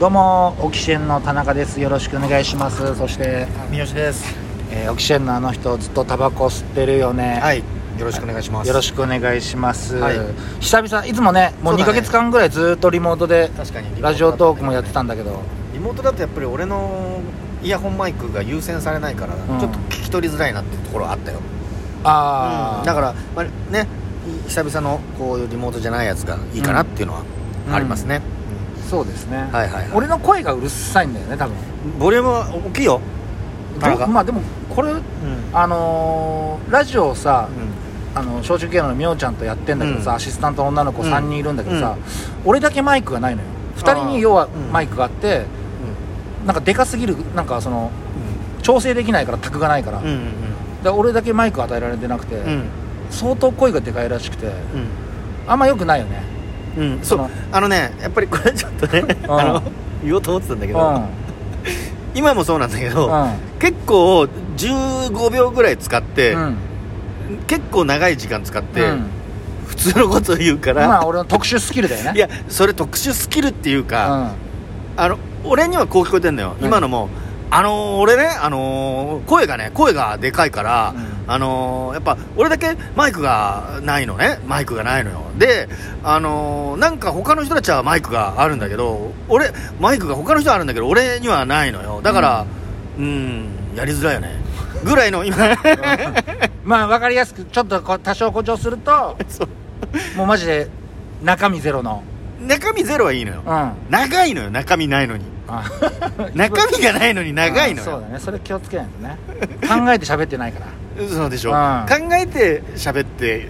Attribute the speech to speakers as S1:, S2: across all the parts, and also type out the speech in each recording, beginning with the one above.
S1: どうもオキシエンの田中ですよろしくお願いしますそして、
S2: 三好です
S1: えーオキシエンのあの人ずっとタバコ吸ってるよね
S2: はいよろしくお願いします
S1: よろしくお願いします、
S2: はい
S1: 久々いつもねもう2
S2: そうだ
S1: ヶ
S2: ね
S1: 月間ぐらいずっとリモートで
S2: 確かにリモートだったね
S1: ラジオトークもやってたんだけど
S2: リモートだとやっぱり俺のイヤホンマイクが優先されないから、
S1: ん
S2: ちょっと聞き取りづらいなっていうところはあったよ、
S1: ああ、
S2: だから、まあ、ね久々のこういうリモートじゃないやつがいいかなっていうのはありますね、
S1: そうですね、
S2: はいはいはい
S1: 俺の声がうるさいんだよね多分
S2: ボリュームは大きいよ田中
S1: でまあでもこれ
S2: うん、
S1: あのーラジオをさ、
S2: う
S1: あの小中芸能のみおちゃんとやってんだけどさ、
S2: うん
S1: アシスタントの女の子
S2: うん
S1: 3人いるんだけどさ、俺だけマイクがないのよ2人に要は
S2: うん
S1: マイクがあって、なんかでかすぎるなんかその調整できないから卓がないから,、
S2: んうん
S1: で俺だけマイク与えられてなくて、
S2: うんうん
S1: 相当声がでかいらしくて
S2: うん
S1: あんま良くないよね
S2: うん、うん、
S1: そ
S2: そう
S1: の
S2: あのねやっぱりこれちょっとねあの言おうと思ってたんだけ
S1: う
S2: ど、
S1: んうん
S2: 今もそうなんだけど、
S1: う
S2: 結構15秒ぐらい使って、
S1: ん
S2: 結構長い時間使って、
S1: うん
S2: 普通のこと言うから、
S1: まあ俺の特殊スキルだよね
S2: いやそれ特殊スキルっていうか、
S1: うん
S2: あの俺にはこう聞こえてんのよ
S1: 何
S2: 今のもあのー俺ね、あのー声がね声がでかいから、
S1: うん
S2: あのーやっぱ俺だけマイクがないのねマイクがないのよであのーなんか他の人たちはマイクがあるんだけど俺マイクが他の人はあるんだけど俺にはないのよだからうん、やりづらいよねぐら いの今
S1: まあ分かりやすくちょっとこう多少誇張すると
S2: そう
S1: もうマジで中身ゼロの
S2: 中身ゼロはいいのよ
S1: うんあ
S2: 長いのよ中身ないのに中身がないのに長いの
S1: そう
S2: よ
S1: だねそれ気をつけないとね考えて喋ってないから
S2: そうでしょ、
S1: うん
S2: 考えて喋って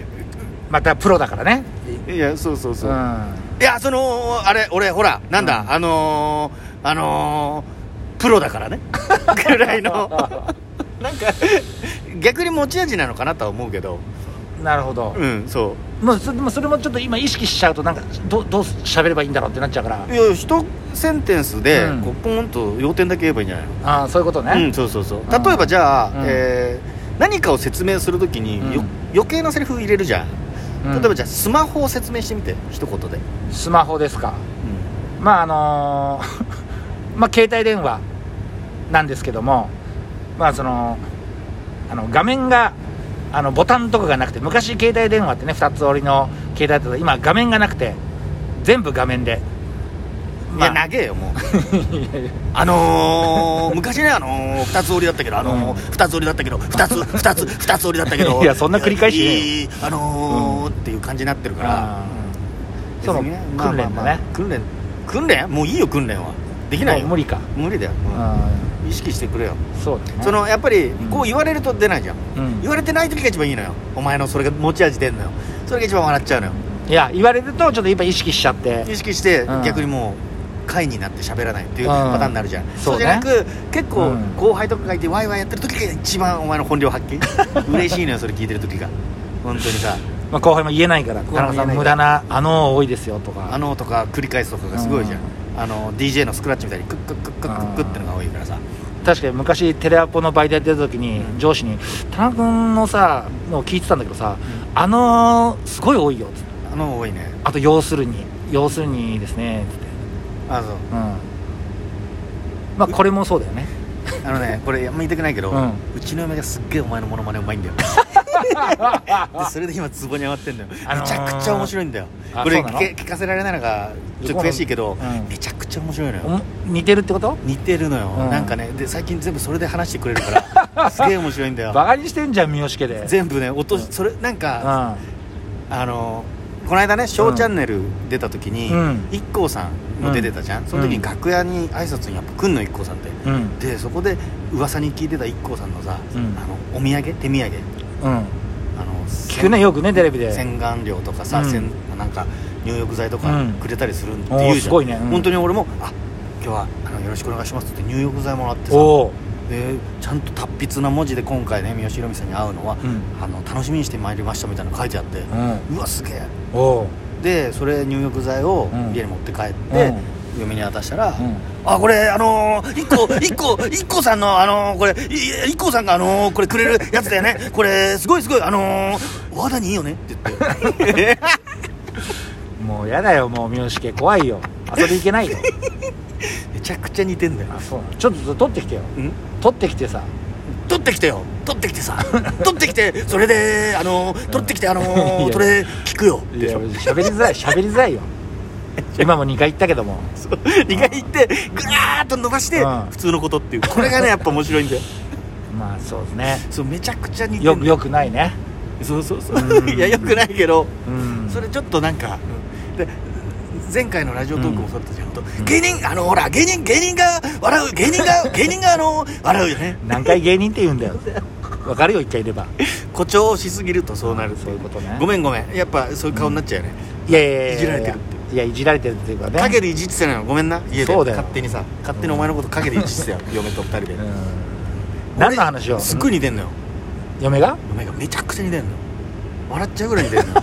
S1: またプロだからね
S2: いやそうそうそうう、
S1: ん
S2: いやそのあれ俺ほらなんだ、
S1: うん
S2: あのー、あのー、プロだか らねぐらいのなんか逆に持ち味なのかなとは思うけど
S1: なるほど
S2: うんそ
S1: もうそでもそれもちょっと今意識しちゃうとなんかどどう喋ればいいんだろうってなっちゃうから
S2: ういや一センテンスで、
S1: うん
S2: こうポンと要点だけ言えばいいんじゃないの
S1: ああそういうことね、
S2: うん、そうそうそう例えばじゃあ、
S1: うん
S2: えー何かを説明するときに、よ
S1: うん
S2: 余計なセリフ入れるじゃん、
S1: うん
S2: 例えばじゃあスマホを説明してみて一言で、
S1: スマホですかまああのー まあ携帯電話なんですけどもまあそのあの画面があのボタンとかがなくて昔携帯電話ってね2つ折りの携帯だったら今画面がなくて全部画面で、まあ
S2: いや 長えよもうあのー、昔ねあのー、2つ折りだったけどあのー、2つ折りだったけど2つ2つ2つ 折りだったけど
S1: いやそんな繰り返しね
S2: いいあのーっていう感じになってるから
S1: あーその
S2: 別にね
S1: 訓練だね、
S2: 訓練訓練もういいよ訓練はできないよ
S1: もう無理か、
S2: 無理だよ、うん意識してくれよ
S1: うんそうだね
S2: そのやっぱり
S1: ん
S2: こう言われると出ないじゃん、
S1: うん
S2: 言われてない時が一番いいのよお前のそれが持ち味出んのよそれが一番笑っちゃうのよ
S1: いや言われるとちょっと今意識しちゃって
S2: 意識して
S1: うん
S2: 逆にもう会になって喋らないっていうパターンになるじゃん、
S1: そ
S2: そうう
S1: ね
S2: じゃなく結構
S1: うん
S2: 後輩とかがいてワイワイやってる時が一番お前の本領発 揮嬉しいのよそれ聞いてる時が本当にさ
S1: まあ、後輩も言えないから田中さん無駄な「あの」多いですよと
S2: 「あ
S1: か
S2: の」とか繰り返すとかがすごいじゃん
S1: う
S2: あの DJ のスクラッチみたいにクックックックックックッってのが多いからさ
S1: 確かに昔テレアポのバイトやってた時に上司に「田中君のさのを聞いてたんだけどさ「あの」すごい多いよっつって
S2: あの多いね
S1: あと「要するに」「要するにですね」つって
S2: あそう
S1: うんまあこれもそうだよね
S2: あのねこれあんま言いたくないけど、
S1: う
S2: うんちの嫁がすっげえお前のモノマネうま いんだよでそれで今ツボに上がってんだよ、
S1: あのー
S2: めちゃくちゃ面白いんだよ
S1: あ
S2: これ
S1: そうな
S2: 聞
S1: の
S2: け聞かせられないのがちょっと悔しいけど、
S1: うん
S2: めちゃくちゃ面白いの
S1: お
S2: よ
S1: も似てるってこと
S2: 似てるのよ、
S1: うん
S2: なんかねで最近全部それで話してくれるか らすげえ面白いんだよ
S1: バカにしてんじゃん三好家で
S2: 全部ね落とし、
S1: うん
S2: それなん
S1: う
S2: か、
S1: ん
S2: あのーこの間ね『
S1: う
S2: 翔
S1: ん
S2: チャンネル』出た時に、
S1: うん
S2: 一 k さんも出てたじゃん、その時に楽屋に挨拶にやっぱ来んの一 k さんって
S1: うん
S2: でそこで噂に聞いてた一 k さんのさ、
S1: うん
S2: あのお土産手土産
S1: うん
S2: あの
S1: 聞くねよくねテレビで
S2: 洗顔料とかさ、
S1: うん
S2: 洗なんか入浴剤と
S1: う
S2: か
S1: ん
S2: くれたりするって
S1: おー
S2: 言うじゃん、
S1: すごいねうん
S2: 本当に俺もあ今日はあのよろしくお願いしますって入浴剤もらってさ
S1: おお
S2: でちゃんと達筆な文字で今回ね三好ひろみさんに会うのは、
S1: うん
S2: あの楽しみにしてまいりましたみたいなの書いてあって、
S1: う
S2: うわすげえ
S1: んお
S2: でそれ入浴剤を
S1: うん
S2: 家に持って帰って、
S1: う
S2: 嫁に渡したら、
S1: うん
S2: あこれあのー、一個一個一個さんのあのー、これい一個さんがあのー、これくれるやつだよねこれすごいすごいあのー、お肌にいいよねって言って
S1: おもうやだよもう三好家怖いよ遊び行けないよ
S2: めちゃくちゃ似てんだよ
S1: あそうなのちょっと取ってきてよ
S2: ん
S1: 取ってきてさ
S2: 取ってきてよ取ってきてさ取ってきてそれであの取ってきてあの
S1: いや
S2: それ聞くよ
S1: いや喋りづらい喋りづらい よ今も2回言ったけども
S2: 2回行ってぐわーっと伸ばして
S1: うん
S2: 普通のことっていうこれがねやっぱ面白いんだよ
S1: まあそうですね
S2: そうめちゃくちゃ似て
S1: よ
S2: る
S1: くよくないね
S2: そうそうそううん いやよくないけど
S1: うん
S2: それちょっとなんかで前回のラジオトークもそうだったじゃん、ほんと
S1: ん
S2: 芸人あのほら芸人芸人が笑う芸人 が芸人があの笑うよね
S1: 何回芸人って言うんだよわかるよ一回いれば
S2: 誇張しすぎるとそうなる
S1: そういうことね
S2: ごめんごめんやっぱそういう顔になっちゃうよね、
S1: いやいやいや
S2: いじられてるっ
S1: いやいじられてるっていうかね
S2: 陰でいじってたのよごめんな家で
S1: そうだよ
S2: 勝手にさ勝手にお前のこと陰でいじってたよ嫁と二人で
S1: うん何の話を
S2: すっごい似てんのよ
S1: 嫁が
S2: 嫁がめちゃくちゃ似てんのよ笑っちゃうぐらい似てんの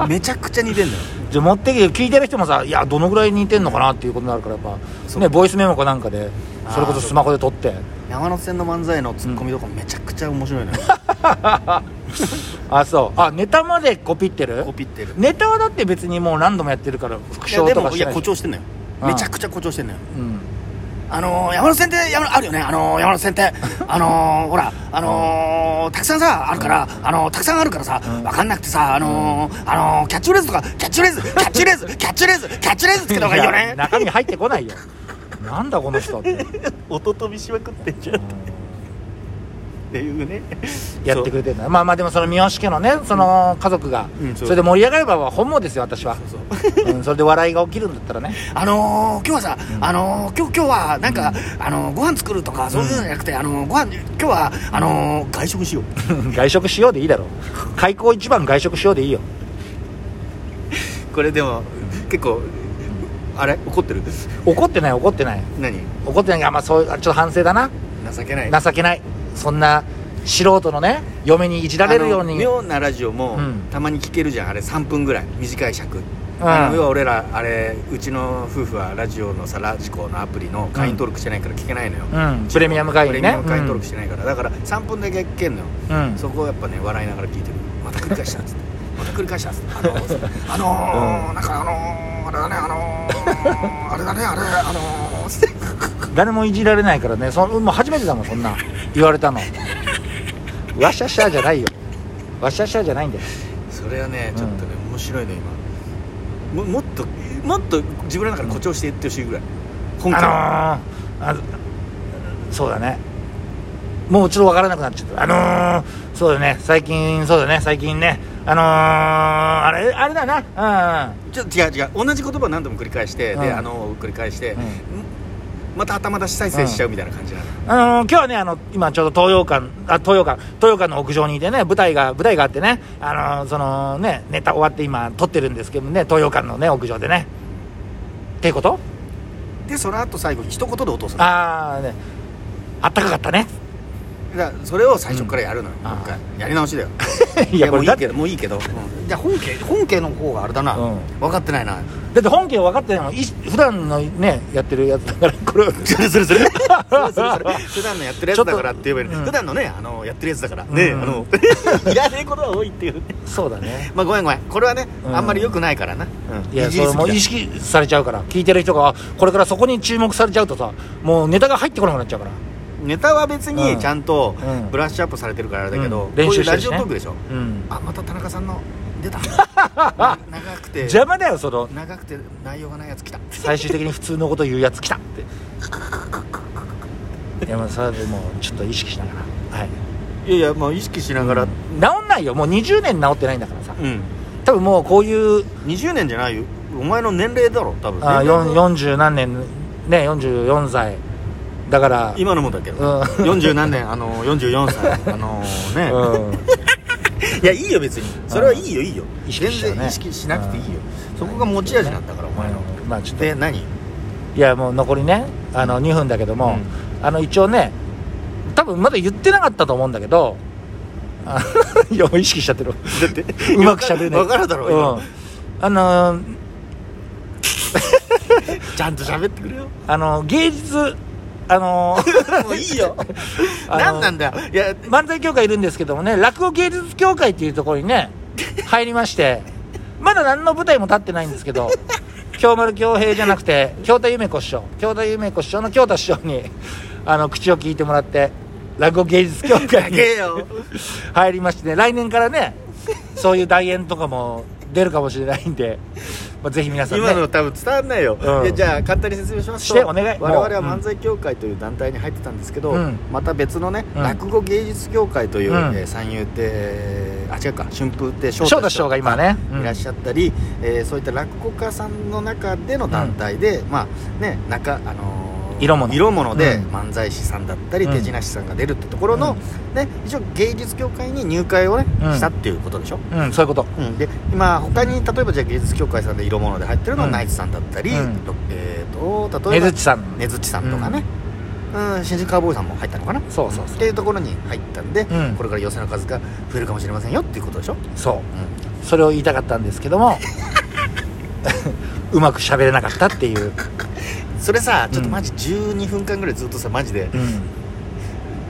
S2: よ めちゃくちゃ似てんのよ
S1: じゃあ持ってきて聞いてる人もさいやどのぐらい似てんのかなっていうことになるからやっ
S2: そ
S1: ぱ
S2: う
S1: ねボイスメモかなんかで
S2: あー
S1: それこそスマホで撮って
S2: 山手線の漫才のツッコミとかめちゃくちゃ面白いのよ
S1: あそうあネタまでコピってる
S2: コピってる
S1: ネタはだって別にもう何度もやってるから復
S2: いや
S1: 唱
S2: で
S1: とか
S2: も
S1: し
S2: い
S1: て
S2: や
S1: ない
S2: 誇張してんのよ
S1: うん
S2: めちゃくちゃ誇張してんのよ
S1: うん
S2: あのー、山手線って山あるよねあのー、山手線って あのー、ほらあのー、たくさんさあるからあのー、たくさんあるからさ
S1: うん
S2: わかんなくてさあのー、あのー、キャッチフレーズとかキャッチフレーズキャッチフ レーズキャッチフレーズキャッチフレーズつけた方がいいよ
S1: や
S2: ね
S1: 中身入ってこないよなんだこの人って、うん
S2: 音飛びしまくってんじゃんっていうね
S1: やってくれてるんだまあまあでもその三好家のねその家族が、
S2: うんそ
S1: そうれで盛り上がれば本望ですよ私は
S2: そう
S1: うん、それで笑いが起きるんだったらね
S2: あのー、今日はさ、あのー、今日今日はなんか、あのー、ご飯作るとかそういうのじゃなくて、あのー、ご飯今日はあのー、外食しよう
S1: 外食しようでいいだろう開口一番外食しようでいいよ
S2: これでも結構あれ怒ってる
S1: 怒ってない怒ってない
S2: 何
S1: 怒ってないがまあそういうあちょっと反省だな
S2: 情けない
S1: 情けないそんな素人のね嫁にいじられるよう
S2: あの
S1: に
S2: 妙なラジオも、
S1: うん
S2: たまに聞けるじゃんあれ3分ぐらい短い尺、あの要は俺らあれうちの夫婦はラジオのさラジコのアプリの会員登録してないから聞けないのよ、
S1: うんプレミアム会員ね
S2: プレミアム会員登録してないから、だから3分だけ聞けんのよ、
S1: うん
S2: そこをやっぱね笑いながら聞いてるまた繰り返したっ つってまた繰り返したっつってあのー、あのーなんかあのー、あれだねあのー、あれだねあれあのー、つって
S1: 誰もいじられないからねそもう初めてだもんそんな言われたのわしゃしゃじゃないよわしゃしゃじゃないんだよ
S2: それはねちょっとね、面白いね今ももっともっと自分の中で誇張して言ってほしいぐらい本気で
S1: あのー、あそうだねもうちょっとわからなくなっちゃったあのー、そうだね最近そうだね最近ねあのー、あれあれだなうん
S2: ちょっと違う違う同じ言葉を何度も繰り返して、
S1: うん
S2: であの繰り返して、
S1: うん
S2: また頭出し再生しちゃうみたいな感じなの、
S1: あのー今日はねあの今ちょうど東洋館あ東洋館東洋館の屋上にいてね舞台が舞台があってねあのーそのねネタ終わって今撮ってるんですけどね東洋館のね屋上でねっていうこと
S2: でその後最後一言で落とすのだか
S1: ああねあったかかったね
S2: らそれを最初からやるのよ、
S1: んあー
S2: もう一回やり直しだよ
S1: いやこ
S2: も
S1: れ
S2: ういい
S1: だっ
S2: け
S1: て
S2: どもういいけど、うんじゃあ本家本家の方があれだな、
S1: うん
S2: 分かってないな
S1: だって本家分かってないもんい普段のねやってるやつだからこれ
S2: それそれそれそれそれそれ普段のやってるやつだからって言えばいいの
S1: ちょっとうん
S2: 普段のねあのやってるやつだから、ね
S1: うん
S2: あのいらねえことは多いっていう
S1: そうだね
S2: まあごめんごめんこれはね、
S1: うん
S2: あんまり良くないからな、うん
S1: いや
S2: じ
S1: そ
S2: り
S1: れ
S2: す
S1: も
S2: ぎだ
S1: う意識されちゃうから聞いてる人があこれからそこに注目されちゃうとさもうネタが入ってこなくなっちゃうから
S2: ネタは別
S1: う
S2: に
S1: ん
S2: ちゃんと
S1: うん
S2: ブラッシュアップされてるからあれだけど、
S1: うん
S2: こう
S1: 練
S2: い
S1: 習
S2: う
S1: して
S2: ラ
S1: る
S2: ジ
S1: し
S2: オ
S1: ね
S2: トークでしょ、
S1: うん
S2: あまた田中さんの出 たな長くて
S1: 邪魔だよその
S2: 長くて内容がないやつ来た
S1: 最終的に普通のこと言うやつ来たっていやもうそれでもうちょっと意識しながらはい
S2: いやいやまあ意識しながら
S1: 治んないよもう20年治ってないんだからさ
S2: うん
S1: 多分もうこういう
S2: 20年じゃないよお前の年齢だろ多分
S1: あ
S2: 年
S1: よ
S2: 齢
S1: ん40何年ね44歳だから
S2: 今のもだけど、
S1: うん
S2: 40何年あの44歳 あのね、
S1: うん
S2: いやいいよ別にそれはいいよいいよ
S1: 意識しちゃう
S2: 全
S1: ね
S2: 然意識しなくていいよ、そこが持ち味なんだからお前の、
S1: まあちょっと
S2: で何
S1: いやもう残りねあの2分だけども、あの一応ね多分まだ言ってなかったと思うんだけどあ いやもう意識しちゃってる
S2: だ って
S1: うまくしゃべれない
S2: わかるだろう今、
S1: うんあのー
S2: ちゃんと喋ってくれよ
S1: あのー芸術あの ー
S2: もういいよ。
S1: あの
S2: 何なんだよ。いや、
S1: 漫才協会いるんですけどもね落語芸術協会っていうところにね入りましてまだ何の舞台も立ってないんですけど京丸京平じゃなくて京太夢子師匠京太夢子師匠の京太師匠にあの口を聞いてもらって落語芸術協会に
S2: げえよ
S1: 入りましてね来年からねそういう代演とかも出るかもしれないんで、まあ、ぜひ皆さんね
S2: 今の多分伝わんないよ、
S1: うん
S2: いやじゃあ簡単に説明しますと
S1: してお願い
S2: 我々は
S1: もううん
S2: 漫才協会という団体に入ってたんですけど、
S1: うん
S2: また別のね、
S1: うん
S2: 落語芸術協会という、
S1: うん
S2: えー三遊亭あ違うか春風亭昇
S1: 翔太師匠が今ねうん
S2: いらっしゃったり、えーそういった落語家さんの中での団体で、まあね中あのー
S1: 色物
S2: 色物で
S1: うん
S2: 漫才師さんだったり、
S1: うん
S2: 手品師さんが出るってところの、ね、一応芸術協会に入会をね、
S1: うん
S2: したっていうことでしょ
S1: うんそういうこと
S2: うん、で今他に例えばじゃあ芸術協会さんで色物で入ってるのは
S1: うん
S2: ナイツさんだったり、
S1: うん
S2: とえー、と
S1: 根
S2: 例えば
S1: 槌さん、
S2: ねづっちさんとかね、うん新宿カウボーイさんも入ったのかなっ
S1: そうそうそう
S2: ていうところに入ったんで、
S1: うん
S2: これから寄せの数が増えるかもしれませんよっていうことでしょ、
S1: そう
S2: う
S1: それを言いたかったんですけども うまく喋れなかったっていう、
S2: ん、それさちょっとマジ12分間ぐらいずっとさマジで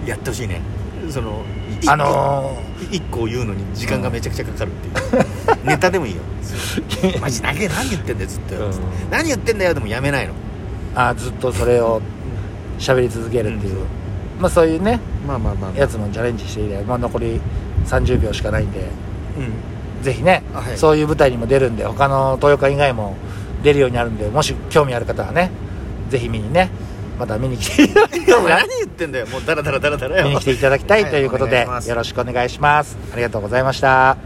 S2: やってほしいねその
S1: あの
S2: 1個言うのに時間がめちゃくちゃかかるっていうネタでもい いよ
S1: ー
S2: マジ何何言ってんだよずっとよ、
S1: うん
S2: 何言ってんだよでもやめないの
S1: あーずっとそれを喋り続けるっていう、
S2: うん
S1: まあそういうね
S2: まあまあまあ
S1: やつもチャレンジして以来、まあ、残り30秒しかないんで
S2: うん
S1: ぜひね、
S2: あはい
S1: そういう舞台にも出るんで他の東洋館以外も出るようになるんでもし興味ある方はねぜひ見にねまた見に来て いただきたいな
S2: 何言ってんだよもうダラダラダラダラ
S1: 見に
S2: よ
S1: 来ていただきたいということで、
S2: はいお願いします
S1: よろしくお願いしますありがとうございました